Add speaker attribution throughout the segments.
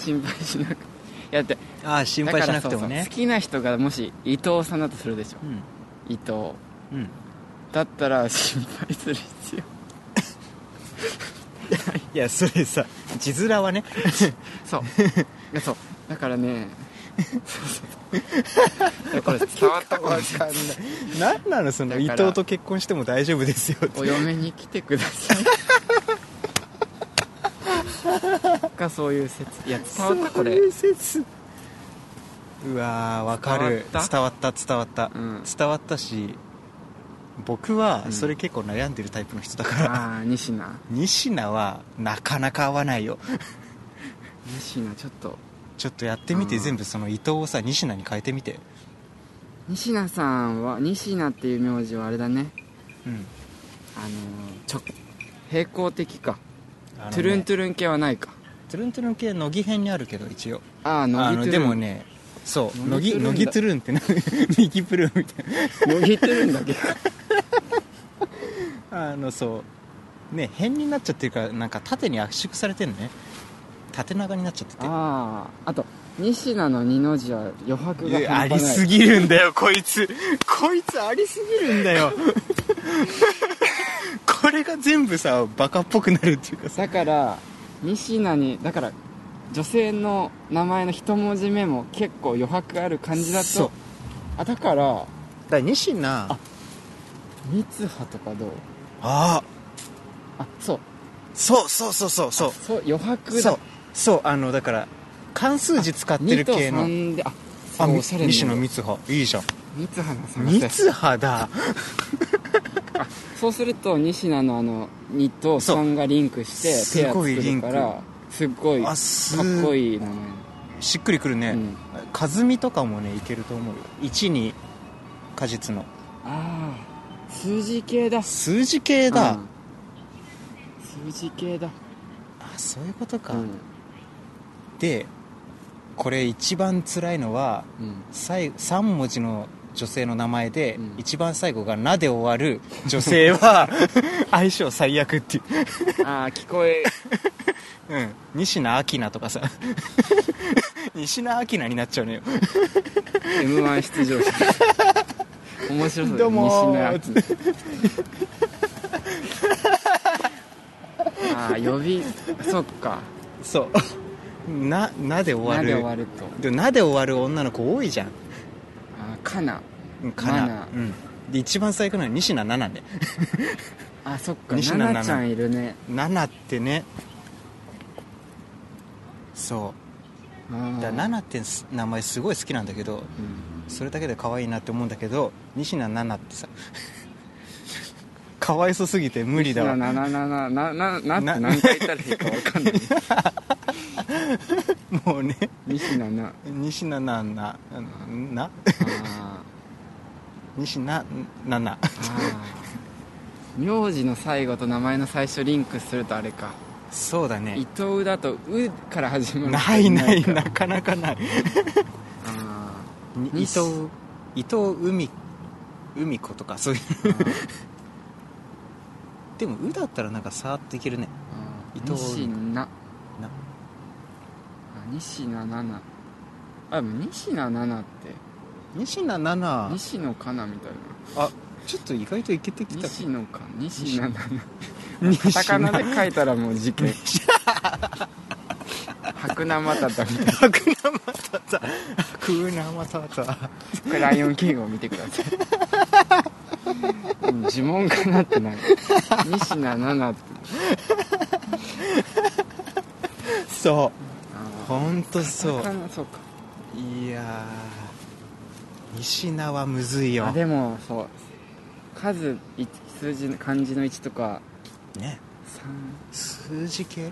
Speaker 1: 心配しなくい やって
Speaker 2: ああ心配しなくても
Speaker 1: だからそう
Speaker 2: ね
Speaker 1: そう好きな人がもし伊藤さんだとするでしょ
Speaker 2: うん
Speaker 1: 伊藤
Speaker 2: うん
Speaker 1: だった ら心配する必要
Speaker 2: いやそれさ字面 はね
Speaker 1: そうい やそうだからねそうそういやこれ伝わったこ
Speaker 2: わかんない何なのその
Speaker 1: だか
Speaker 2: 伊
Speaker 1: ら
Speaker 2: 藤と結婚しても大丈夫ですよって
Speaker 1: お嫁に来てください かそういう説いや伝わったこれ
Speaker 2: そういう説 うわーわかる
Speaker 1: 伝
Speaker 2: 伝わった伝わった、
Speaker 1: うん
Speaker 2: 伝わったし僕
Speaker 1: う
Speaker 2: は
Speaker 1: ん
Speaker 2: それ結構悩んでるタイプの人だから、
Speaker 1: ああ西名
Speaker 2: 仁科はなかなか合わないよ
Speaker 1: 西名ちょっと
Speaker 2: ちょっとやってみて、
Speaker 1: うん
Speaker 2: 全部その伊藤をさ仁科に変えてみて
Speaker 1: 西名さんは西名っていう名字はあれだね
Speaker 2: うん
Speaker 1: あのー直平行的か、
Speaker 2: あのね
Speaker 1: トゥルントゥルン系はないか
Speaker 2: トゥルントゥルン系乃木編にあるけど一応
Speaker 1: ああ
Speaker 2: あ
Speaker 1: 乃木トゥルン
Speaker 2: のでもねそう乃
Speaker 1: 乃木
Speaker 2: 木乃木トゥルンってな右プ ルーンみたい
Speaker 1: 乃木トゥルンだけ
Speaker 2: なあのそうね変になっちゃってるからなんか縦に圧縮されてるね縦長になっちゃってて
Speaker 1: あああと西名の二の字は余白が
Speaker 2: い
Speaker 1: 半
Speaker 2: やあ
Speaker 1: 端ない
Speaker 2: りすぎるんだよこいつこいつありすぎるん だよこれが全部さバカっぽくなるっていうかさ
Speaker 1: だから西名にだから女性の名前の一文字目も結構余白ある感じだ
Speaker 2: そう
Speaker 1: とあだから
Speaker 2: だから仁科あ
Speaker 1: 三葉とかどう
Speaker 2: あ
Speaker 1: あそう
Speaker 2: そうそうそうそうそう
Speaker 1: そう余白
Speaker 2: そ
Speaker 1: だ
Speaker 2: うそうあのだから関数字使って
Speaker 1: 2
Speaker 2: る
Speaker 1: と
Speaker 2: 系の
Speaker 1: 3であそ
Speaker 2: あ
Speaker 1: う
Speaker 2: み
Speaker 1: おしゃれな
Speaker 2: 西野三葉いいじゃん
Speaker 1: 三葉の
Speaker 2: 三
Speaker 1: 探せ
Speaker 2: 葉だ
Speaker 1: そうすると西名のあの2と3がリンクして
Speaker 2: そう
Speaker 1: ペア作
Speaker 2: すごいリ
Speaker 1: る
Speaker 2: ンク
Speaker 1: からすっごいか
Speaker 2: あ
Speaker 1: っ
Speaker 2: す
Speaker 1: こいい名前
Speaker 2: しっくりくるね、
Speaker 1: うん
Speaker 2: 和美とかもねいけると思うよ1に果実の
Speaker 1: ああ数字系だ
Speaker 2: 数字系だ、
Speaker 1: うん数字系だ
Speaker 2: あそういうことか、
Speaker 1: うん
Speaker 2: でこれ一番辛いのは
Speaker 1: うん
Speaker 2: 最3文字の女性の名前で、
Speaker 1: うん
Speaker 2: 一番最後が「な」で終わる女性 は相性最悪っていう
Speaker 1: ああ聞こえ
Speaker 2: うん、西名明菜とかさ 西名明菜になっちゃうのよ
Speaker 1: m 1出場 者面白そうだね
Speaker 2: どうもー
Speaker 1: 西野明 ああ呼びそっか
Speaker 2: そう ななで終わ
Speaker 1: な
Speaker 2: る
Speaker 1: で終わると
Speaker 2: でもなで終わる女の子多いじゃん
Speaker 1: あーかな
Speaker 2: うんかな
Speaker 1: まな
Speaker 2: うんで一番最悪なのは西名奈々ね
Speaker 1: あそっか
Speaker 2: 西
Speaker 1: な
Speaker 2: 野
Speaker 1: なちゃんいるね
Speaker 2: 奈々ってねそ
Speaker 1: あ
Speaker 2: う
Speaker 1: ー
Speaker 2: だから奈々ってす名前すごい好きなんだけど
Speaker 1: うん
Speaker 2: それだけで可愛いなって思うんだけど西名奈々ってさ かわいそすぎて無理だわ
Speaker 1: ななななななななっ
Speaker 2: な
Speaker 1: て何回言ったらいいかわかん ない
Speaker 2: もうね
Speaker 1: 西野な
Speaker 2: 西名奈々うんな
Speaker 1: あ
Speaker 2: 西名奈々
Speaker 1: ーあー名字の最後と名前の最初リンクするとあれか
Speaker 2: そうだね
Speaker 1: 伊藤だと「う」から始まる
Speaker 2: ないない
Speaker 1: から
Speaker 2: なかなかない
Speaker 1: あ
Speaker 2: に伊
Speaker 1: に
Speaker 2: 藤伊藤海海子とかそういう
Speaker 1: ーあー
Speaker 2: でも「う」だったらなんかさーっといけるね伊藤
Speaker 1: 西名あ
Speaker 2: な
Speaker 1: 西名七あでも西名七って
Speaker 2: 西名奈々
Speaker 1: 西野かなみたいな
Speaker 2: あちょっと意外といけてきた
Speaker 1: 西野か西名七
Speaker 2: 西
Speaker 1: カタカナで書いたらもう事件 白生マタタみたいな
Speaker 2: 白生たた白生たた
Speaker 1: これライオンキングを見てくだ さいうん呪文かなってなる西名七って
Speaker 2: そ
Speaker 1: あ
Speaker 2: う本当そ
Speaker 1: ー
Speaker 2: う
Speaker 1: そうか
Speaker 2: いやー西名はむずいよ
Speaker 1: あでもそう数い数字の漢字の1とか
Speaker 2: ね
Speaker 1: 3
Speaker 2: 数字系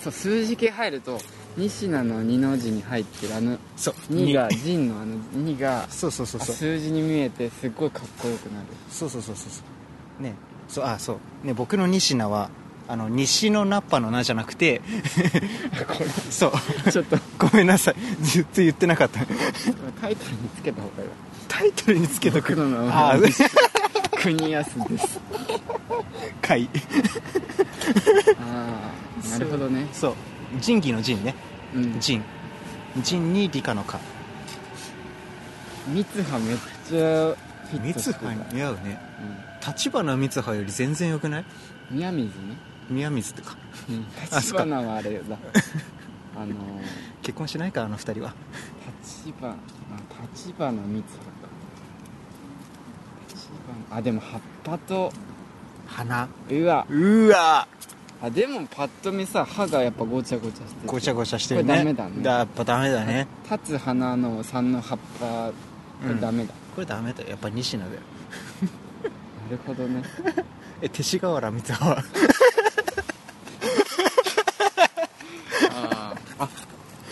Speaker 1: そう数字系入ると仁科の二の字に入ってるあの
Speaker 2: そう
Speaker 1: 2が
Speaker 2: に
Speaker 1: 仁のあの2が
Speaker 2: そうそうそう
Speaker 1: あ
Speaker 2: そう
Speaker 1: 数字に見えてすっごいかっこよくなる
Speaker 2: そうそうそうそうそうねそうあそうね僕の西名はあの西のナッパの名じゃなく て
Speaker 1: こ
Speaker 2: そう
Speaker 1: れちょっと
Speaker 2: ごめんなさいずっと言ってなかった
Speaker 1: タイトルにつけた方がいいわ
Speaker 2: タイトルにつけとく
Speaker 1: 僕の名前
Speaker 2: あ
Speaker 1: 国安です
Speaker 2: 会
Speaker 1: ああなるほどね
Speaker 2: そう仁義の仁ね
Speaker 1: うん
Speaker 2: 仁仁に理科の科
Speaker 1: 三葉めっちゃフィ
Speaker 2: 三
Speaker 1: ットしてた
Speaker 2: 葉に似合うね立花三葉より全然良くない
Speaker 1: うん宮水ね
Speaker 2: 宮水ってかあそ
Speaker 1: 立
Speaker 2: っか
Speaker 1: 花はあれだあの
Speaker 2: 結婚しないかあの二人は
Speaker 1: 立花立花三葉か立花あでも葉っぱと
Speaker 2: 花
Speaker 1: うわ
Speaker 2: うわ
Speaker 1: あでもパッと見さ歯がやっぱごちゃごちゃしてて
Speaker 2: ごちゃごちゃしてるね
Speaker 1: これダメだね
Speaker 2: やっぱダメだね
Speaker 1: 立つ花の三の葉っぱこれダメだ、
Speaker 2: これダメだよやっぱ西野だよ
Speaker 1: なるほど ね
Speaker 2: え勅使河原三葉は
Speaker 1: あ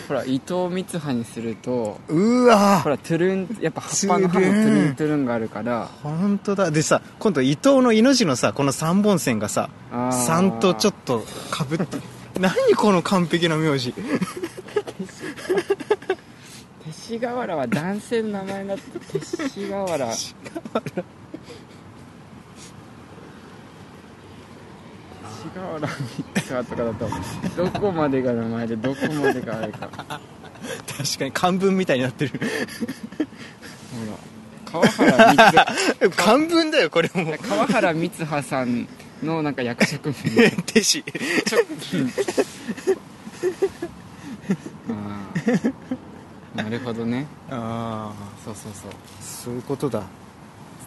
Speaker 1: ほら伊藤光葉にすると
Speaker 2: うわ
Speaker 1: ほらトゥルンやっぱ葉っぱの葉のトゥルントゥルンがあるから
Speaker 2: 本当だでさ今度伊藤の命のさこの3本線が さ
Speaker 1: あー
Speaker 2: 3とちょっとかぶって何この完璧な名字
Speaker 1: 勅使河原は男性の名前になってて勅使河原勅使河原光葉とかだとどこまでが名前でどこまでがあれかほら
Speaker 2: 確かに漢文みたいにな ってる
Speaker 1: 川原光葉
Speaker 2: 漢文だよこれもう
Speaker 1: 川原光葉さんのなんか役職名
Speaker 2: 弟子
Speaker 1: 直近ああなるほどね
Speaker 2: あ
Speaker 1: そうそうそう
Speaker 2: あそういうことだ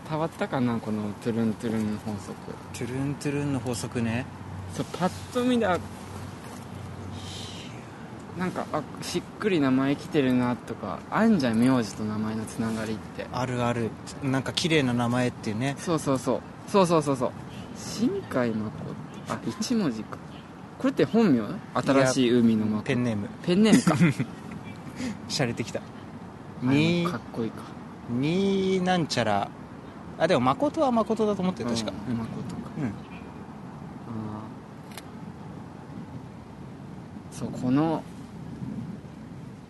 Speaker 1: 伝わったかなこのトゥルントゥルンの法則
Speaker 2: トゥルントゥルンの法則ね
Speaker 1: そうパッと見だなんかあしっくり名前来てるなとかあんじゃん名字と名前のつながりって
Speaker 2: あるあるなんか綺麗な名前っていうね
Speaker 1: そうそうそうそうそうそうそう新海誠あ一文字かこれって本名新しい海の誠
Speaker 2: ペンネーム
Speaker 1: ペンネームか
Speaker 2: 洒落てきた
Speaker 1: に
Speaker 2: に
Speaker 1: かっこいいか
Speaker 2: になんちゃらあでも誠は誠だと思ってる確か
Speaker 1: うん誠か
Speaker 2: うん、うん、
Speaker 1: あーそうこの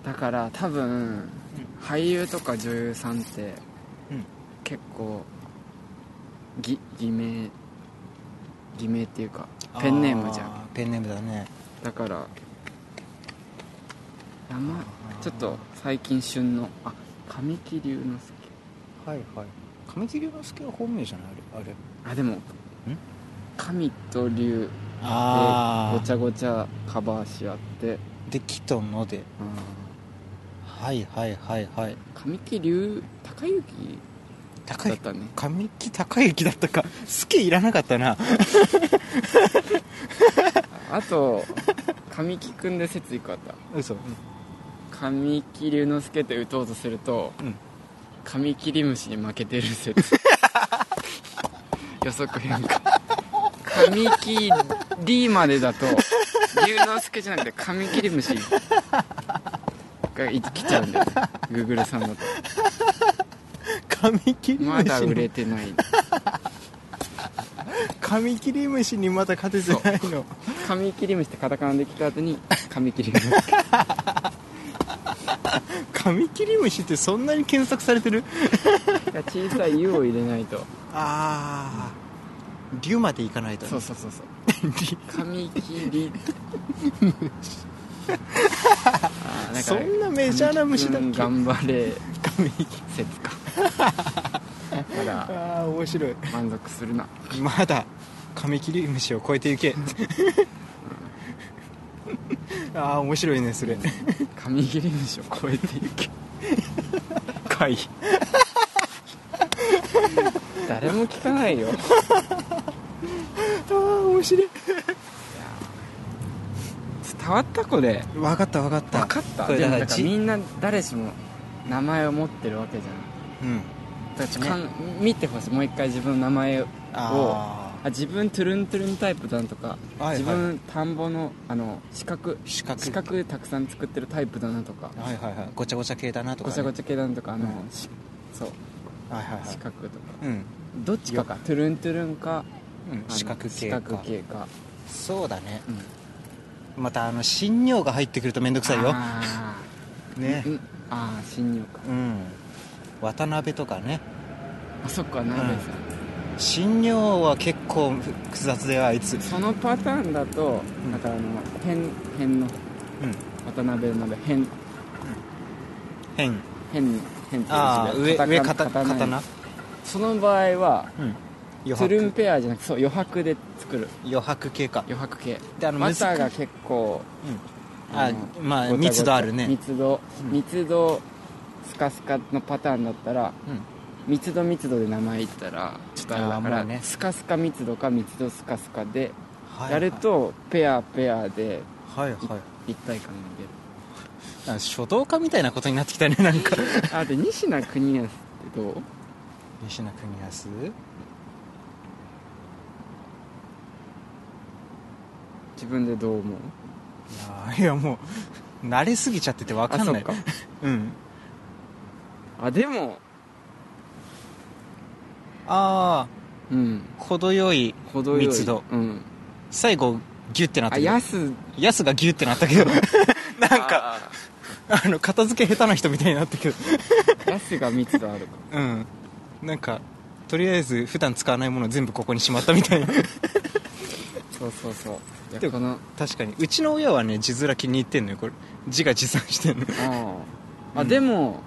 Speaker 1: だから多分俳優とか女優さんって、
Speaker 2: うん
Speaker 1: 結構ぎ偽名偽名っていうかペンネームじゃん
Speaker 2: あーペンネームだね
Speaker 1: だから名前ちょっと最近旬のあ神木隆之介
Speaker 2: はいはい神木隆之介は本名じゃないあれあれ
Speaker 1: あでも神と龍で
Speaker 2: あ
Speaker 1: ごちゃごちゃカバーし合って
Speaker 2: できとので
Speaker 1: うん
Speaker 2: はいはいはいはい
Speaker 1: 神木隆高之
Speaker 2: 高
Speaker 1: だっ
Speaker 2: い
Speaker 1: たね
Speaker 2: 神木隆之だったか好きいらなかったな
Speaker 1: あと神木くんで説一個あった
Speaker 2: 嘘
Speaker 1: 神木隆之介って打とうとすると、
Speaker 2: うん
Speaker 1: カミキリムシに負けてる説予測変化神木リまでだと龍之介じゃなくて神木リムシがい来ちゃうんだよねグーグルさんだと
Speaker 2: 神木
Speaker 1: まだ
Speaker 2: 隆
Speaker 1: 売
Speaker 2: 之
Speaker 1: れ
Speaker 2: に
Speaker 1: てない
Speaker 2: 神木隆之にまだ勝ててない の
Speaker 1: 神木リムシってカタカナで来た後に神木隆之介
Speaker 2: 神木隆之ってそんなに検索されてる
Speaker 1: が小さい「湯を入れないと
Speaker 2: ああ龍までいかないとね
Speaker 1: そうそうそうそう髪切りあーだ
Speaker 2: そ
Speaker 1: から
Speaker 2: んなメジャーな虫だっ
Speaker 1: 神木
Speaker 2: け
Speaker 1: くん頑張れ
Speaker 2: 神木
Speaker 1: 説かまだ
Speaker 2: ああ面白い
Speaker 1: 満足するな
Speaker 2: まだカミキリムシを超えて いけああ面白いねそれ
Speaker 1: 髪切り虫を超えていけ
Speaker 2: 回
Speaker 1: 誰も聞かないよ
Speaker 2: ああ面白い
Speaker 1: 伝わった子で
Speaker 2: 分かった分かった
Speaker 1: 分かった
Speaker 2: これ
Speaker 1: で
Speaker 2: だ
Speaker 1: もだから
Speaker 2: からじ
Speaker 1: みんな誰しも名前を持ってるわけじゃ
Speaker 2: うん
Speaker 1: んだからかん見てほしいもう一回自分の名前を
Speaker 2: あ
Speaker 1: あ自分トゥルントゥルンタイプだなとか、
Speaker 2: はいはい
Speaker 1: 自分田んぼのあの四角
Speaker 2: あ四角
Speaker 1: 四角たくさん作ってるタイプだなとか
Speaker 2: はいはいはいごちゃごちゃ系だなと
Speaker 1: ご
Speaker 2: か、ね、
Speaker 1: ちゃごちゃ系だなとかあの、
Speaker 2: うん
Speaker 1: しそう
Speaker 2: ゃはいはいはい
Speaker 1: 四角とか
Speaker 2: うん、
Speaker 1: どっちかかトゥルントゥルンか
Speaker 2: うん、
Speaker 1: あの
Speaker 2: 四角系
Speaker 1: 四
Speaker 2: か
Speaker 1: 角系か
Speaker 2: そうだね
Speaker 1: うん
Speaker 2: またあの新尿が入ってくると面倒くさいよ
Speaker 1: あー
Speaker 2: ね
Speaker 1: うんああ新入か
Speaker 2: うん渡辺とかね
Speaker 1: あそっか鍋さん、
Speaker 2: 新尿は結構複雑だよあいつ
Speaker 1: そのパターンだと、
Speaker 2: ん
Speaker 1: またあの辺辺の
Speaker 2: うん
Speaker 1: 渡辺の辺
Speaker 2: 変
Speaker 1: 変変って
Speaker 2: ああ
Speaker 1: 言うんで
Speaker 2: 上
Speaker 1: すけど
Speaker 2: 上
Speaker 1: カタ
Speaker 2: 刀
Speaker 1: カタカナ
Speaker 2: 刀
Speaker 1: その場合は
Speaker 2: うん余
Speaker 1: つるん
Speaker 2: 白
Speaker 1: ペアじゃなくそう余白で作る
Speaker 2: 余白系か
Speaker 1: 余白系
Speaker 2: であの
Speaker 1: マター
Speaker 2: 難
Speaker 1: が結構
Speaker 2: うんあ
Speaker 1: の
Speaker 2: ま
Speaker 1: ご
Speaker 2: あ
Speaker 1: たごた
Speaker 2: 密度あるね
Speaker 1: 密度
Speaker 2: うん
Speaker 1: 密度スカスカのパターンだったら
Speaker 2: うん
Speaker 1: 密度密度で名前言ったらちょっとあれだか
Speaker 2: あーも
Speaker 1: ら、
Speaker 2: うね
Speaker 1: スカスカ密度か密度スカスカで
Speaker 2: はい
Speaker 1: やるとペアペアで
Speaker 2: はいはい
Speaker 1: 立体感が出る
Speaker 2: あ書道家みたいなことになってきたねな んか
Speaker 1: あで西名国康ってどう
Speaker 2: 西野邦康
Speaker 1: 自分でどう思う
Speaker 2: いやいやもう慣れすぎちゃってて分かんない
Speaker 1: あそっ
Speaker 2: うん
Speaker 1: あでも
Speaker 2: ああ
Speaker 1: うん
Speaker 2: 程よい
Speaker 1: 程よい
Speaker 2: 密度
Speaker 1: うん
Speaker 2: 最後ギュッてなった
Speaker 1: あ
Speaker 2: けど
Speaker 1: やす
Speaker 2: ヤスがギュッてなったけ どなんかあの片付け下手な人みたいになったけど
Speaker 1: やすが密度あるか
Speaker 2: うんなんかとりあえず普段使わないもの全部ここにしまったみたいな
Speaker 1: そうそうそうい
Speaker 2: で
Speaker 1: や
Speaker 2: も
Speaker 1: この
Speaker 2: 確かにうちの親はね字面気に入ってんのよこれ字が持参してんの
Speaker 1: ああ、あ
Speaker 2: うん
Speaker 1: でも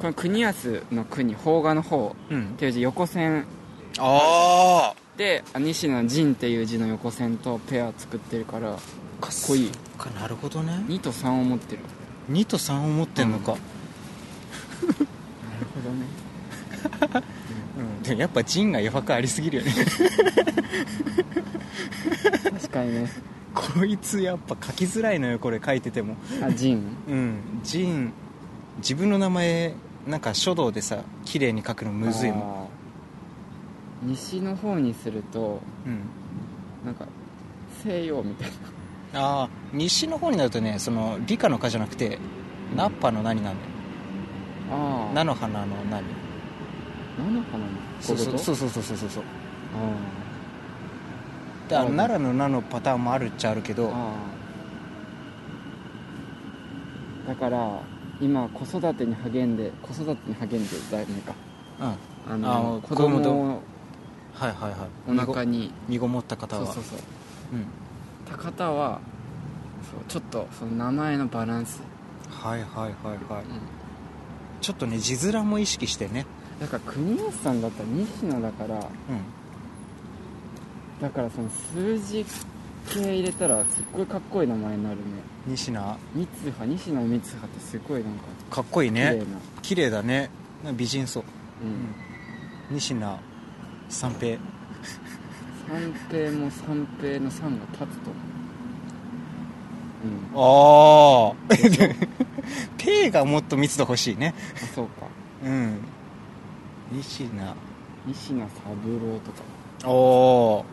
Speaker 1: この国安の国邦画の方
Speaker 2: うん
Speaker 1: っていう字横線
Speaker 2: ああ
Speaker 1: であ西野仁っていう字の横線とペア作ってるから
Speaker 2: かっ
Speaker 1: こいい
Speaker 2: かなるほどね
Speaker 1: 2と3を持ってる
Speaker 2: 2と3を持ってんのか、
Speaker 1: なるほどね
Speaker 2: うんでもやっぱジンが余白ありすぎるよね
Speaker 1: 確かにね
Speaker 2: こいつやっぱ書きづらいのよこれ書いてても
Speaker 1: あ仁
Speaker 2: うんジン自分の名前なんか書道でさ綺麗に書くの むずいもん
Speaker 1: ああ西の方にすると
Speaker 2: うん
Speaker 1: なんか西洋みたい
Speaker 2: ああ西の方になるとねその理科の科じゃなくてナッパの何なんだよ
Speaker 1: なああ
Speaker 2: 菜の花の何
Speaker 1: 菜の花の
Speaker 2: そうそうそううそうそうそうそうそう
Speaker 1: あ
Speaker 2: であの
Speaker 1: うん
Speaker 2: 奈良の菜のパターンもあるっちゃあるけ
Speaker 1: あ
Speaker 2: ど
Speaker 1: ああだから今子育てに励んで子育てに励んでだいぶか
Speaker 2: うんはい
Speaker 1: あ
Speaker 2: ああ
Speaker 1: の子供を
Speaker 2: はいはい
Speaker 1: お腹に
Speaker 2: 身ごもった方
Speaker 1: そう
Speaker 2: は
Speaker 1: そうそう
Speaker 2: うん
Speaker 1: 高田はそうちょっとその名前のバランス、
Speaker 2: はいはいはいはいうちょっとね字面も意識してね
Speaker 1: ん、だから国安さんだったら西野だから
Speaker 2: うん
Speaker 1: だからその数字系入れたらすっごいかっこいい名前になるね
Speaker 2: 西名
Speaker 1: 三葉西野三葉ってすごいなんか
Speaker 2: かっこいい
Speaker 1: 綺麗な、
Speaker 2: ね綺麗だねなんか美人そう
Speaker 1: うん
Speaker 2: 西名三平
Speaker 1: 三平も三平の三が立つと思ううんあ
Speaker 2: ああ ペーがもっと密度欲しいね
Speaker 1: そうか
Speaker 2: うん西名
Speaker 1: 西名三郎とか
Speaker 2: おお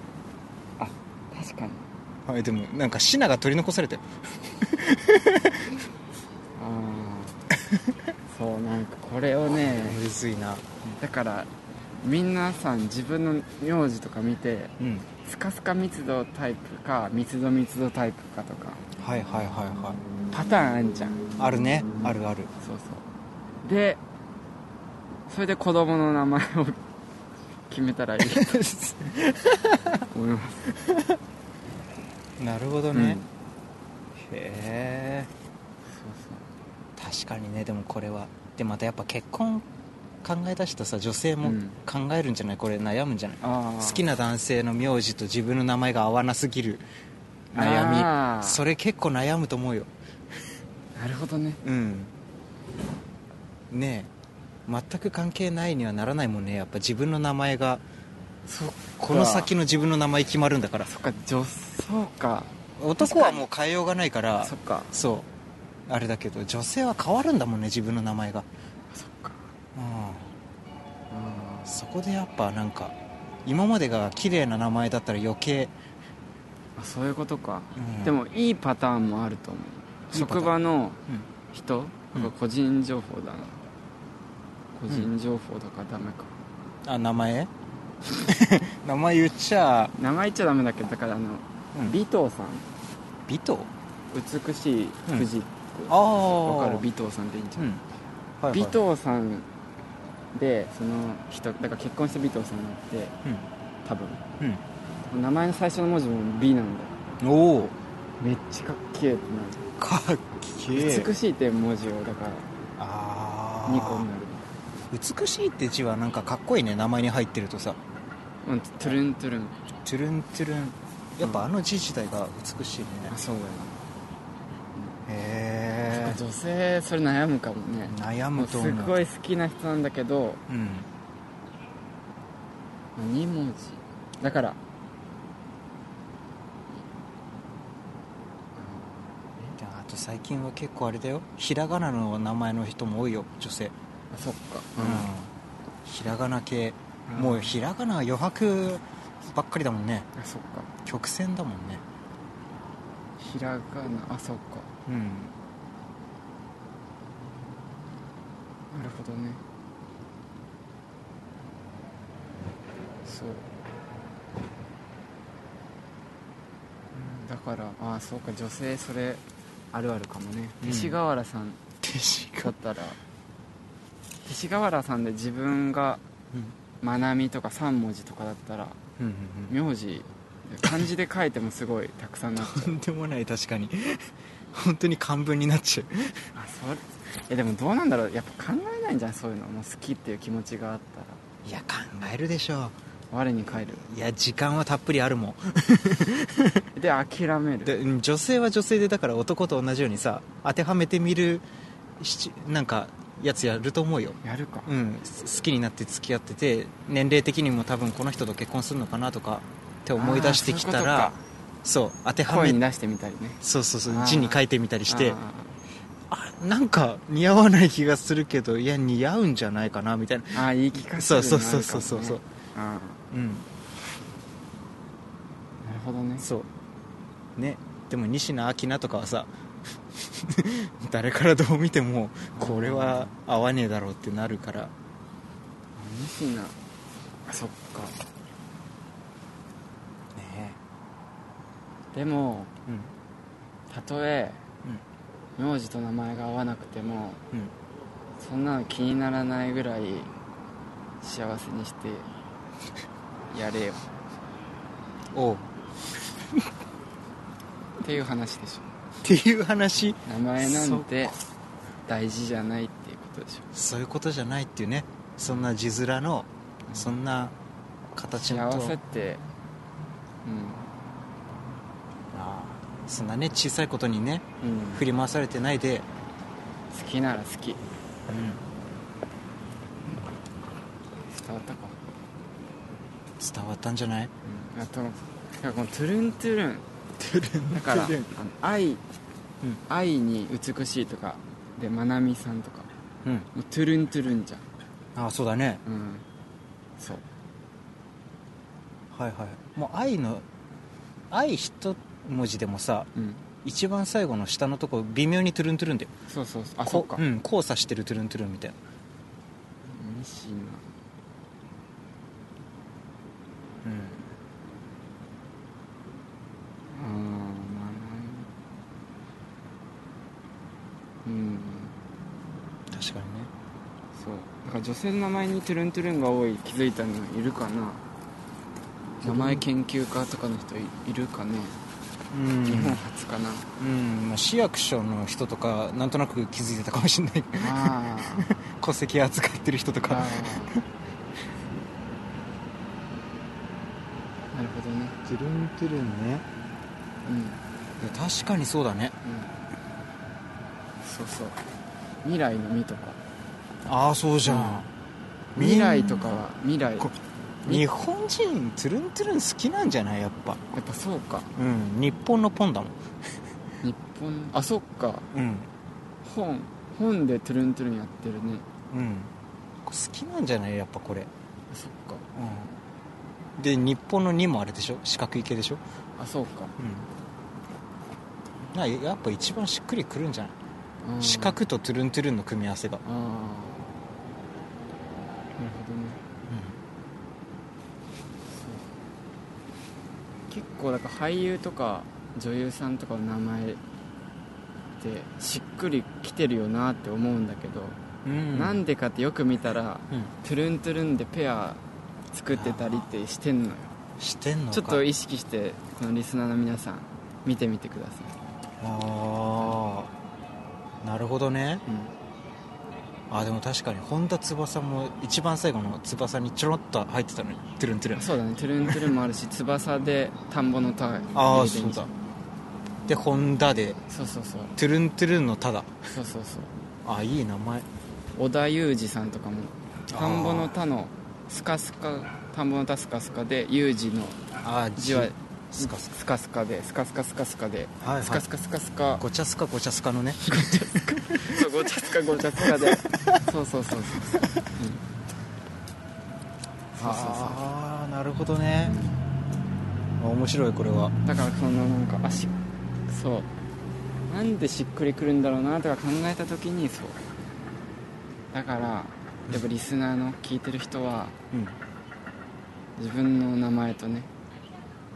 Speaker 1: 確かに
Speaker 2: はいでもなんかシナが取り残されたよ
Speaker 1: ああ そうなんかこれをね
Speaker 2: むずいな
Speaker 1: だから皆さん自分の名字とか見て
Speaker 2: うん
Speaker 1: スカスカ密度タイプか密度密度タイプかとか
Speaker 2: はいはいはいは
Speaker 1: パターンあんじゃん
Speaker 2: いあるねあるある
Speaker 1: そうそうでそれで子供の名前を決めたらいいと思います、
Speaker 2: なるほ
Speaker 1: う
Speaker 2: ど
Speaker 1: ん、そう
Speaker 2: ね、へえ確かにねでもこれはでまたやっぱ結婚考え出したさ女性も
Speaker 1: うん
Speaker 2: 考えるんじゃないこれ悩むんじゃない
Speaker 1: そうああ
Speaker 2: 好きな男性の名字と自分の名前が合わなすぎる悩
Speaker 1: あー
Speaker 2: みそれ結構悩むと思うよ
Speaker 1: なるほどね
Speaker 2: うんねえ全く関係ないにはならないもんねやっぱ自分の名前が
Speaker 1: そっか
Speaker 2: この先の自分の名前決まるんだから
Speaker 1: そっか女そうか
Speaker 2: 男はもう変えようがないから
Speaker 1: そっか
Speaker 2: そうあれだけど女性は変わるんだもんね自分の名前が
Speaker 1: そっか
Speaker 2: うん
Speaker 1: あー
Speaker 2: そこでやっぱなんか今までが綺麗な名前だったら余計、
Speaker 1: あそういうことか、
Speaker 2: うん
Speaker 1: でもいいパターンもあると思う
Speaker 2: いいパターン
Speaker 1: 職場の
Speaker 2: うん
Speaker 1: 人、
Speaker 2: うん
Speaker 1: これ個人情報だな個人情報とかダメか、
Speaker 2: あ名前 名前言っちゃ
Speaker 1: 名前言っちゃダメだけどだからあの、
Speaker 2: うん
Speaker 1: 尾藤さん
Speaker 2: 美藤
Speaker 1: 美しい富士、
Speaker 2: ああ
Speaker 1: わかる尾藤さんでいいんじゃ
Speaker 2: う
Speaker 1: ない、
Speaker 2: んはい
Speaker 1: 尾
Speaker 2: はい
Speaker 1: 藤さんでその人だから結婚した尾藤さんになって多分
Speaker 2: うん、
Speaker 1: 名前の最初の文字も B なんだよ
Speaker 2: うん、おお
Speaker 1: めっちゃかっけえってなる
Speaker 2: かっけえ
Speaker 1: 美しいって文字をだから
Speaker 2: あ
Speaker 1: 2個になる
Speaker 2: 美しいって字はなんかかっこいいね名前に入ってるとさ
Speaker 1: うんトゥルントゥルン
Speaker 2: トゥルントゥルンやっぱあの字自体が美しいね、
Speaker 1: あそうだよ、
Speaker 2: へえ
Speaker 1: 女性それ悩むかもね
Speaker 2: 悩
Speaker 1: も
Speaker 2: む
Speaker 1: う
Speaker 2: と
Speaker 1: す
Speaker 2: 思う
Speaker 1: ごい好きな人なんだけど
Speaker 2: うん
Speaker 1: 2文字だから
Speaker 2: であと最近は結構あれだよひらがなの名前の人も多いよ女性
Speaker 1: あそっか
Speaker 2: ひらがな系
Speaker 1: うん
Speaker 2: もうひらがなは余白ばっかりだもんね
Speaker 1: あそっか
Speaker 2: 曲線だもんね
Speaker 1: ひらがなあそっか
Speaker 2: うん
Speaker 1: なるほどねそううんだからあそうか女性それあるあるかもね
Speaker 2: うん
Speaker 1: 勅使河原さん
Speaker 2: 手し
Speaker 1: だったら勅使河原さんで自分が
Speaker 2: うん
Speaker 1: まなみとか3文字とかだったら
Speaker 2: うんうん
Speaker 1: 名字漢字で書いてもすごいたくさんなっちゃう
Speaker 2: とんでもない確かに 本当に漢文になっちゃう
Speaker 1: あそれえでもどうなんだろうやっぱ考えないんじゃんそういうのもう好きっていう気持ちがあったら
Speaker 2: いや考えるでしょ
Speaker 1: 我に返る
Speaker 2: いや時間はたっぷりあるも
Speaker 1: で諦め
Speaker 2: ん
Speaker 1: る
Speaker 2: でうん女性は女性でだから男と同じようにさ当てはめてみるしなんかやつやると思うよ
Speaker 1: やるか、
Speaker 2: うん、す好きになって付き合ってて年齢的にも多分この人と結婚するのかなとかって思い出してきた
Speaker 1: あー
Speaker 2: ら
Speaker 1: そういうこ
Speaker 2: そう当て
Speaker 1: と
Speaker 2: は
Speaker 1: か声に
Speaker 2: め
Speaker 1: 出してみたりね
Speaker 2: そうそうそ
Speaker 1: あー
Speaker 2: う字に書いてみたりして
Speaker 1: あ
Speaker 2: あなんか似合わない気がするけどいや似合うんじゃないかなみたいな、
Speaker 1: ーあー言い聞かせ
Speaker 2: そう
Speaker 1: る
Speaker 2: そ
Speaker 1: よ
Speaker 2: う
Speaker 1: にな
Speaker 2: そう
Speaker 1: るか
Speaker 2: そ
Speaker 1: もね
Speaker 2: うそうそう、
Speaker 1: あ
Speaker 2: うん、
Speaker 1: ーなるほどね
Speaker 2: そうねでも西野明菜とかはさ 誰からどう見てもこれは合わねえだろうってなるから
Speaker 1: 西野あそっか
Speaker 2: ね
Speaker 1: でも
Speaker 2: えうん
Speaker 1: たとえ名字と名前が合わなくても
Speaker 2: うんうん
Speaker 1: そんなの気にならないぐらい幸せにしてやれよ
Speaker 2: おう
Speaker 1: っていう話でしょ
Speaker 2: っていう話
Speaker 1: 名前なんて大事じゃないっていうことでしょ
Speaker 2: そういうことじゃないっていうねそんな字面の
Speaker 1: うん
Speaker 2: そんな形のと
Speaker 1: 幸せって
Speaker 2: ああそんなね小さいことにね
Speaker 1: うん、うん、
Speaker 2: 振り回されてないで、
Speaker 1: 好きなら好き伝わったか、
Speaker 2: 伝わったんじゃない
Speaker 1: うん、あとなんかこの「トゥルントゥルン」だからあの愛、愛に美しいとかでまなみさんとか
Speaker 2: うん
Speaker 1: もうトゥルントゥルンじゃん
Speaker 2: ああそうだね
Speaker 1: うんそう
Speaker 2: はいはいもう愛の愛一文字でもさ
Speaker 1: うん
Speaker 2: 一番最後の下のとこ微妙にトゥルントゥルンだよ
Speaker 1: そうそうそうあ
Speaker 2: こ
Speaker 1: そっか、
Speaker 2: うん交差してるトゥルントゥルンみたいな
Speaker 1: 西野
Speaker 2: うん
Speaker 1: うんまなみうん
Speaker 2: 確かにね
Speaker 1: そうだから女性の名前にトゥルントゥルンが多い気づいたのいるかな名前研究家とかの人いいるかね、
Speaker 2: うん
Speaker 1: 日本初かな
Speaker 2: うん、まあ、市役所の人とかなんとなく気づいてたかもしれない
Speaker 1: あー
Speaker 2: 戸籍扱ってる人とか
Speaker 1: あーなるほどね
Speaker 2: トゥルントゥルンね
Speaker 1: うん、うん、
Speaker 2: 確かにそうだね
Speaker 1: そうそう未来の「未」とか
Speaker 2: ああそうじゃん、
Speaker 1: 未来とかは未来や
Speaker 2: こ日本人トゥルントゥルン好きなんじゃないやっぱ
Speaker 1: っぱそうか
Speaker 2: うん日本のポンだもん
Speaker 1: 日本あそっか
Speaker 2: うん
Speaker 1: 本本でトゥルントゥルンやってるね
Speaker 2: うん好きなんじゃないやっぱこれ
Speaker 1: あそっか
Speaker 2: うんで日本の2もあれでしょ四角い系でしょ
Speaker 1: あそうか
Speaker 2: うんなやっぱ一番しっくりくるんじゃない、
Speaker 1: うん
Speaker 2: 四角とトゥルントゥルンの組み合わせが
Speaker 1: ああなるほどね結構だから俳優とか女優さんとかの名前ってしっくりきてるよなって思うんだけど、
Speaker 2: うん、うん、
Speaker 1: なんでかってよく見たら
Speaker 2: うん
Speaker 1: トゥルントゥルンでペア作ってたりってしてんのよ
Speaker 2: してんのか
Speaker 1: ちょっと意識してこのリスナーの皆さん見てみてください
Speaker 2: ああなるほどね
Speaker 1: うん
Speaker 2: あでも確かに本田翼も一番最後の翼にちょろっと入ってたのにトゥルントゥルン
Speaker 1: そうだねトゥルントゥルンもあるし翼で田んぼの田入
Speaker 2: ああ
Speaker 1: れて
Speaker 2: そ
Speaker 1: み
Speaker 2: う
Speaker 1: た
Speaker 2: だで本田で
Speaker 1: そうそうそう
Speaker 2: トゥルントゥルンのただ
Speaker 1: そうそうそう
Speaker 2: あいい名前
Speaker 1: 織田裕二さんとかも
Speaker 2: あー
Speaker 1: 田んぼの田のスカスカ田んぼの田スカスカで裕二の
Speaker 2: あ
Speaker 1: 字は
Speaker 2: スカス
Speaker 1: スカスカでスカスカスカスカで、
Speaker 2: はいはい
Speaker 1: スカスカスカスカ
Speaker 2: ごちゃすかごちゃすかのね
Speaker 1: そうごちゃつかごちゃつかでそうそうそうそうそう、うん、そうそうそ
Speaker 2: ああなるほどねあ面白いこれは
Speaker 1: うだからそのなんか足そうなんでしっくりくるんだろうなとか考えた時にそうだからやっぱリスナーの聞いてる人は
Speaker 2: うん
Speaker 1: 自分の名前とね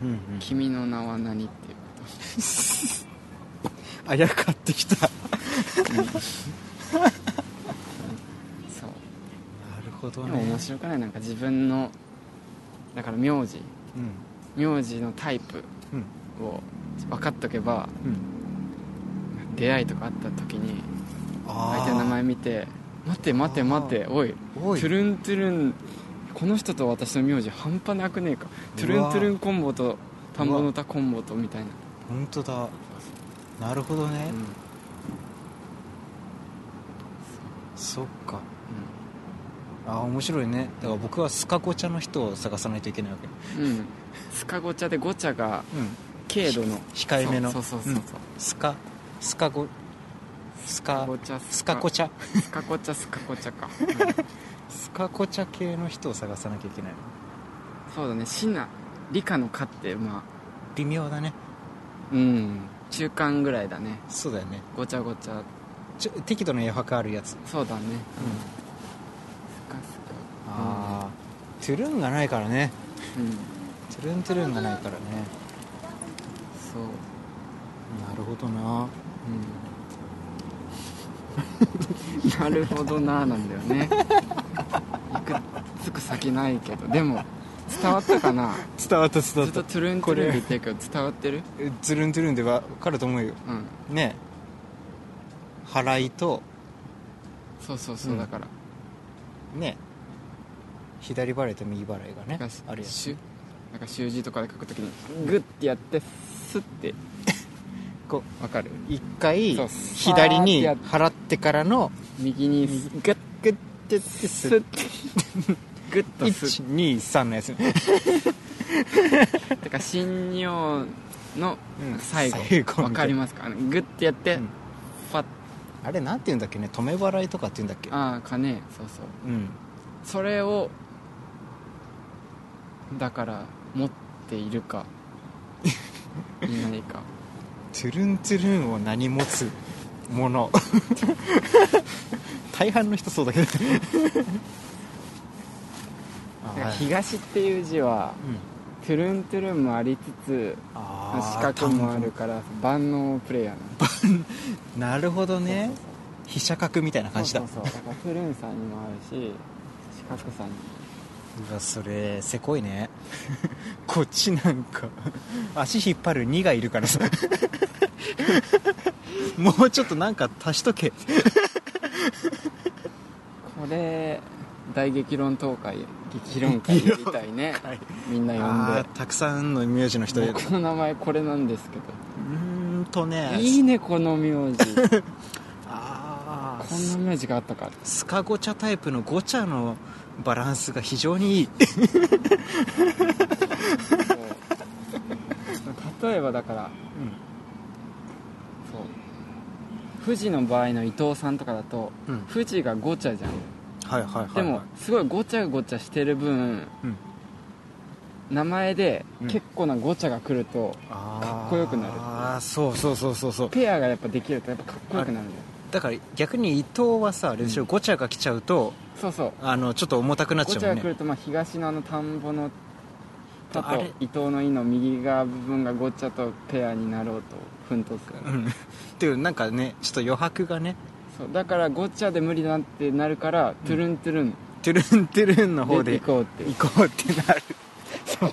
Speaker 2: うん
Speaker 1: 「君の名は何?」っていうこと
Speaker 2: あやかってきたな
Speaker 1: そう
Speaker 2: るほど
Speaker 1: でも
Speaker 2: ね
Speaker 1: 面白くないなんか自分のだから名字
Speaker 2: うん
Speaker 1: 名字のタイプ
Speaker 2: うん
Speaker 1: を分かっとけば
Speaker 2: うん
Speaker 1: 出会いとかあった時に
Speaker 2: あ
Speaker 1: 相手の名前見て「待って待って待っておい
Speaker 2: おい
Speaker 1: トゥルントゥルンこの人と私の名字半端なくねえかトゥルントゥルンコンボと田んぼの田コンボとみたいな、
Speaker 2: 本当だなるほどね、
Speaker 1: うんうん
Speaker 2: そっかあー面白いねだから僕はスカゴチャの人を探さないといけないわけ
Speaker 1: うん、スカゴチャでゴチャが
Speaker 2: うん
Speaker 1: 軽度の
Speaker 2: 控えめの
Speaker 1: そうそうそうそう、
Speaker 2: んスカスカゴスカ
Speaker 1: ゴチャ
Speaker 2: スカコチャ
Speaker 1: スカコチャスカコチャか、うん
Speaker 2: スカコチャ系の人を探さなきゃいけない
Speaker 1: そうだねシナ理科の科ってま
Speaker 2: 微妙だね
Speaker 1: あうん中間ぐらいだね
Speaker 2: そうだよね
Speaker 1: ごちゃごちゃ
Speaker 2: ちょ適度な余白あるやつ
Speaker 1: そうだねうんスカスカ
Speaker 2: ああトゥルンがないからね
Speaker 1: うん、うん、
Speaker 2: トゥルントゥルンがないからね
Speaker 1: そう
Speaker 2: なるほどな
Speaker 1: うん なるほどなーなんだよね行くつく先ないけどでも伝わったか な
Speaker 2: 伝わった伝
Speaker 1: ず
Speaker 2: わ
Speaker 1: っ
Speaker 2: った
Speaker 1: とトゥルントゥルンで言ってるけど伝わってる
Speaker 2: えトゥルントゥルンで分かると思うよ
Speaker 1: うん
Speaker 2: ね払いと
Speaker 1: そうそうそう、
Speaker 2: うん
Speaker 1: だから
Speaker 2: ね左払いと右払いがね
Speaker 1: なんかし
Speaker 2: あるやつ
Speaker 1: しゅなんか習字とかで書くときにグッてやってスッて
Speaker 2: こ
Speaker 1: わかる
Speaker 2: う一回
Speaker 1: そう
Speaker 2: 左に払ってからの
Speaker 1: 右に
Speaker 2: ガッガッてやって
Speaker 1: ス
Speaker 2: す
Speaker 1: ッグッとスッ
Speaker 2: 123のやつ
Speaker 1: だから信尿の
Speaker 2: うん
Speaker 1: 最後
Speaker 2: 最後みたい
Speaker 1: わかりますかあのグッてやって、
Speaker 2: うん
Speaker 1: ファッ
Speaker 2: あれなんて言うんだっけね止め払いとかって言うんだっけ
Speaker 1: ああ金そうそう
Speaker 2: うん
Speaker 1: それをだから持っている かいないか
Speaker 2: トゥルントゥルンを何持つも の大半の人そうだけどあ
Speaker 1: だから
Speaker 2: ー
Speaker 1: 東っていう字は
Speaker 2: うん
Speaker 1: トゥルントゥルンもありつつ
Speaker 2: あ
Speaker 1: 資
Speaker 2: ー
Speaker 1: 格もあるから万能プレイヤーなんだ
Speaker 2: なるほどね飛車角みたいな感じだ
Speaker 1: そうそうそうだからトゥルンさんにもあるし資格さんにも
Speaker 2: うわそれせこいね こっちなんか足引っ張る2がいるか らさもうちょっとなんか足しとけ
Speaker 1: これ大激論東海激論会みたいね
Speaker 2: はい
Speaker 1: みんな
Speaker 2: あ
Speaker 1: 呼
Speaker 2: ーたくさんの名字の人
Speaker 1: んで
Speaker 2: でう
Speaker 1: 僕の名前これなんですけ
Speaker 2: ーんと
Speaker 1: ど
Speaker 2: ね
Speaker 1: いいねこの名字
Speaker 2: あ
Speaker 1: こんな
Speaker 2: あ
Speaker 1: 名字があったか
Speaker 2: スカゴチャタイプのゴチャのバランスが非常にいい
Speaker 1: 例えばだからそう富士の場合の伊藤さんとかだと、
Speaker 2: うん
Speaker 1: 富士がごちゃじゃん、
Speaker 2: はいはいはいはい
Speaker 1: でもすごいごちゃごちゃしてる分
Speaker 2: うん
Speaker 1: 名前で
Speaker 2: うん
Speaker 1: 結構なごちゃが来ると、
Speaker 2: あー
Speaker 1: かっこよくなる
Speaker 2: ああそうそうそうそうそう
Speaker 1: ペアがやっぱできるとやっぱかっこよくなるんだよ
Speaker 2: だから逆に伊藤はさあれでしょ、
Speaker 1: うん
Speaker 2: ゴチャが来ちゃうと
Speaker 1: そうそう
Speaker 2: あのちょっと重たくなっ
Speaker 1: ご
Speaker 2: ち
Speaker 1: ち
Speaker 2: ゃ
Speaker 1: ゃが
Speaker 2: うもん
Speaker 1: 来
Speaker 2: ね
Speaker 1: るとまあ東のあの田んぼの田
Speaker 2: あ
Speaker 1: と
Speaker 2: れ
Speaker 1: 伊藤の「い」の右側部分がごちゃとペアになろうと奮闘する、
Speaker 2: うんっていうなんかねちょっと余白がね
Speaker 1: そうだからごちゃで無理だってなるから、トゥルントゥルン
Speaker 2: トゥルントゥルンの方
Speaker 1: で
Speaker 2: で
Speaker 1: 行こうっていう
Speaker 2: 行こうってなるそう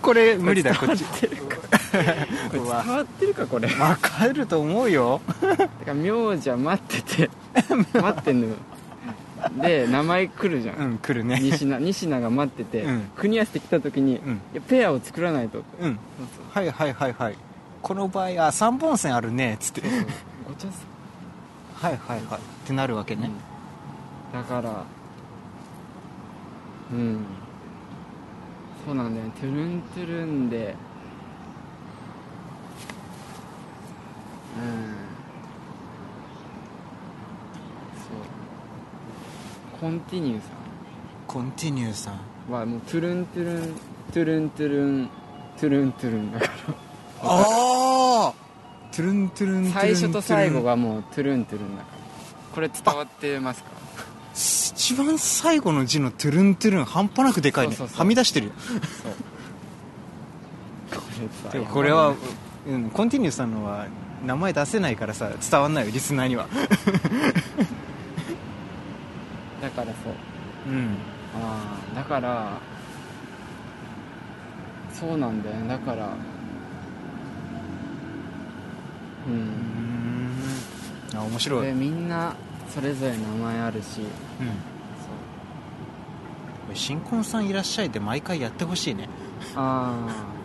Speaker 2: これ無理だこっち
Speaker 1: これ
Speaker 2: う
Speaker 1: 伝
Speaker 2: わ
Speaker 1: わってるかこ れ
Speaker 2: 分かると思うよ
Speaker 1: だから名字は待ってて待ってんのよで名前来るじゃん、
Speaker 2: うん来るね
Speaker 1: 西名西名が待ってて、
Speaker 2: うん
Speaker 1: 国安って来た時に、
Speaker 2: うん
Speaker 1: いやペアを作らないと
Speaker 2: うんはいはいはいはいこの場合あ3本線あるねっつって
Speaker 1: ごちゃす
Speaker 2: はいはいはいってなるわけね、
Speaker 1: うんだからうんそうなんだよねトゥルントゥルンでうんそうコンティニューさ
Speaker 2: コンティニューさん
Speaker 1: んはもうトゥルントゥルントゥルントゥルントゥルントゥルンだから
Speaker 2: ああトゥルントゥルントゥルン
Speaker 1: 最初と
Speaker 2: トゥル
Speaker 1: 最
Speaker 2: ン
Speaker 1: 後がもうトゥルントゥルンだからこれ伝わってますか
Speaker 2: 一番最後の字のトゥルントゥルン半端なくでかいね
Speaker 1: そうそうそう
Speaker 2: はみ出してるよ
Speaker 1: そうこれさ
Speaker 2: でもこれは、うん、コンティニューさんのは名前出せないからさ伝わんないよリスナーには
Speaker 1: だからそう
Speaker 2: うん
Speaker 1: ああだからそうなんだよねだからう
Speaker 2: うんんあ面
Speaker 1: こ
Speaker 2: 白い、
Speaker 1: れ
Speaker 2: うん、
Speaker 1: みんなそれぞれ名前あるし
Speaker 2: 新婚さんいらっしゃいって毎回やってほしいね、
Speaker 1: あ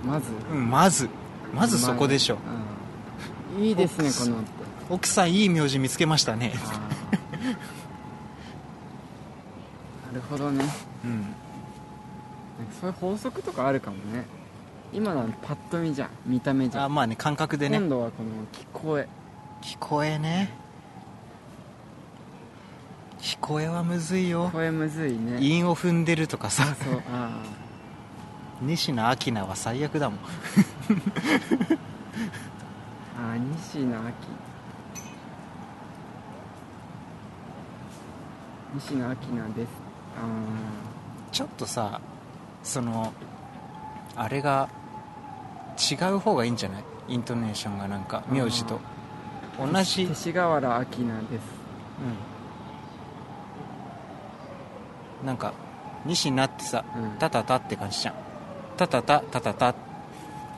Speaker 1: あまず
Speaker 2: うん、まずまずそこでしょ
Speaker 1: うんいいですねこの
Speaker 2: 奥さんいい名字見つけましたね
Speaker 1: あーな るほどねなんか
Speaker 2: うん
Speaker 1: そういう法則とかあるかもね今のはパッと見じゃん見た目じゃ
Speaker 2: あ
Speaker 1: ん
Speaker 2: まあね感覚でね
Speaker 1: 今度はこの聞こえ
Speaker 2: 聞こえね聞こえはむずいよ
Speaker 1: 声むずいね
Speaker 2: 韻を踏んでるとかさ
Speaker 1: そうああ
Speaker 2: 西野明菜は最悪だもん
Speaker 1: あー西野亜紀西野亜紀なんですあ
Speaker 2: ちょっとさそのあれが違う方がいいんじゃないイントネーションがなんか
Speaker 1: あー
Speaker 2: 名字と同じ、
Speaker 1: ー勅使河原明菜です
Speaker 2: うんなんか西なってさ
Speaker 1: うん
Speaker 2: タタタって感じじゃんタタタタタタ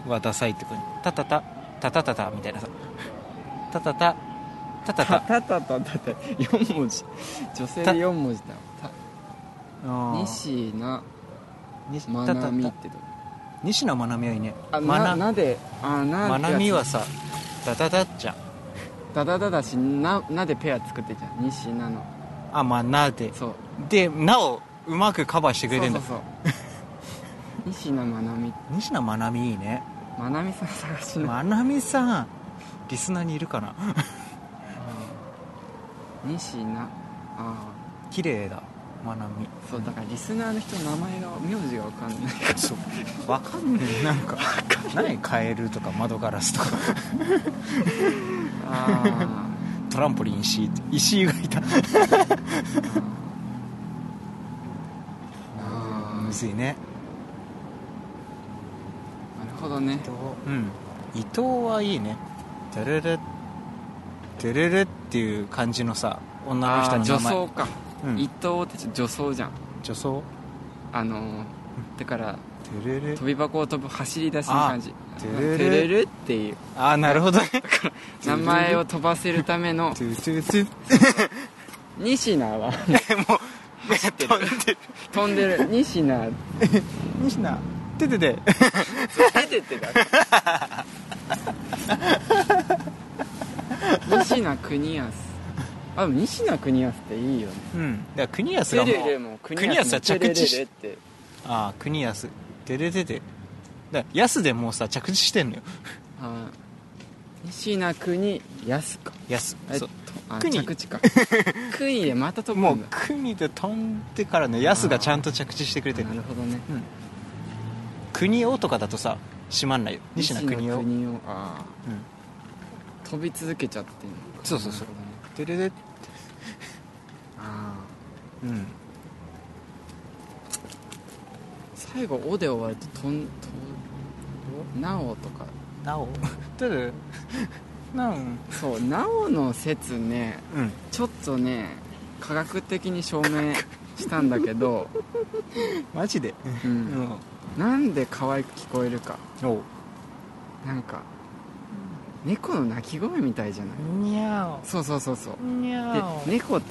Speaker 2: はダサいって感じタタタタタタタみたいなさタタタタ タ
Speaker 1: た
Speaker 2: タ
Speaker 1: たたたたた4文字女性で
Speaker 2: た
Speaker 1: 4文字だた
Speaker 2: 西
Speaker 1: 西野ま
Speaker 2: タ
Speaker 1: な
Speaker 2: タ
Speaker 1: みっ
Speaker 2: タ
Speaker 1: てどう
Speaker 2: 西野まなみはいいね
Speaker 1: あ
Speaker 2: ま
Speaker 1: な
Speaker 2: な
Speaker 1: なであな
Speaker 2: まなみは
Speaker 1: ペ
Speaker 2: さダダダじゃ
Speaker 1: ア
Speaker 2: ん
Speaker 1: つだだだだしななでペア作ってんじゃん西野の
Speaker 2: あまあなで
Speaker 1: そう
Speaker 2: でなおうまくカバーしてくれ
Speaker 1: そ
Speaker 2: て
Speaker 1: うんそ
Speaker 2: だ
Speaker 1: うそう 西野まなみ
Speaker 2: 西野まなみいいね
Speaker 1: まなみさん探しな
Speaker 2: まなみさんリスナーにいるかな
Speaker 1: 西野ああ
Speaker 2: 綺麗だまなみ
Speaker 1: そうだからリスナーの人の名前が名字が分かんないから
Speaker 2: そうわかんねえなんか何カエルとか窓ガラスとか
Speaker 1: あ
Speaker 2: トランポリン石井石井がいた
Speaker 1: あ
Speaker 2: むずいね
Speaker 1: なるほどね
Speaker 2: うん伊藤はいいねてれれてれれっていう感じのさ女の人
Speaker 1: あ
Speaker 2: の
Speaker 1: ー
Speaker 2: 名
Speaker 1: 女
Speaker 2: 前
Speaker 1: 装か、
Speaker 2: うん
Speaker 1: 伊藤ってちょっと女装じゃん
Speaker 2: 女装
Speaker 1: あのー、だから
Speaker 2: てれれ
Speaker 1: 飛び箱を飛ぶ走り出しの感じ
Speaker 2: あ
Speaker 1: て
Speaker 2: ー
Speaker 1: れる
Speaker 2: てれれ
Speaker 1: っていう
Speaker 2: ああなるほどね
Speaker 1: 名前を飛ばせるため の
Speaker 2: トゥトゥトゥ
Speaker 1: 西名は
Speaker 2: もう走ってる飛んでる
Speaker 1: 飛んでる西名
Speaker 2: 西野てて
Speaker 1: 出
Speaker 2: て
Speaker 1: てってだけ西名国安あでも西名国安っていいよね
Speaker 2: うんだから国安
Speaker 1: テ
Speaker 2: がも
Speaker 1: レレ
Speaker 2: う
Speaker 1: も
Speaker 2: 国安は着地し
Speaker 1: って
Speaker 2: ああ国安てれててだから安でもうさ着地してんのよ
Speaker 1: あ西名国安か
Speaker 2: 安
Speaker 1: えっ
Speaker 2: そ
Speaker 1: と
Speaker 2: う
Speaker 1: あ
Speaker 2: 国
Speaker 1: 着地 か国でまた飛ぶ
Speaker 2: もうん
Speaker 1: だ
Speaker 2: 国で飛んでからね安がちゃんと着地してくれてる
Speaker 1: なるほどね
Speaker 2: 国をとかだとさ閉まんないよ西野国を
Speaker 1: 国をあ
Speaker 2: うん
Speaker 1: ー飛び続けちゃってんの
Speaker 2: そうそうそう
Speaker 1: なるほどね
Speaker 2: てれれ
Speaker 1: あ
Speaker 2: うん
Speaker 1: ー最後「お」で終わると「とん」と「なお」とか
Speaker 2: な おてるなん
Speaker 1: そう「なお」の説ね
Speaker 2: うん
Speaker 1: ちょっとね科学的に証明したんだけど、
Speaker 2: マジで
Speaker 1: う、
Speaker 2: うんん
Speaker 1: なんで可愛く聞こえるか
Speaker 2: おう
Speaker 1: なんか猫の鳴き声みたいじゃない
Speaker 2: にゃ
Speaker 1: そうそうそうそう
Speaker 2: おにゃ
Speaker 1: で
Speaker 2: お
Speaker 1: 猫って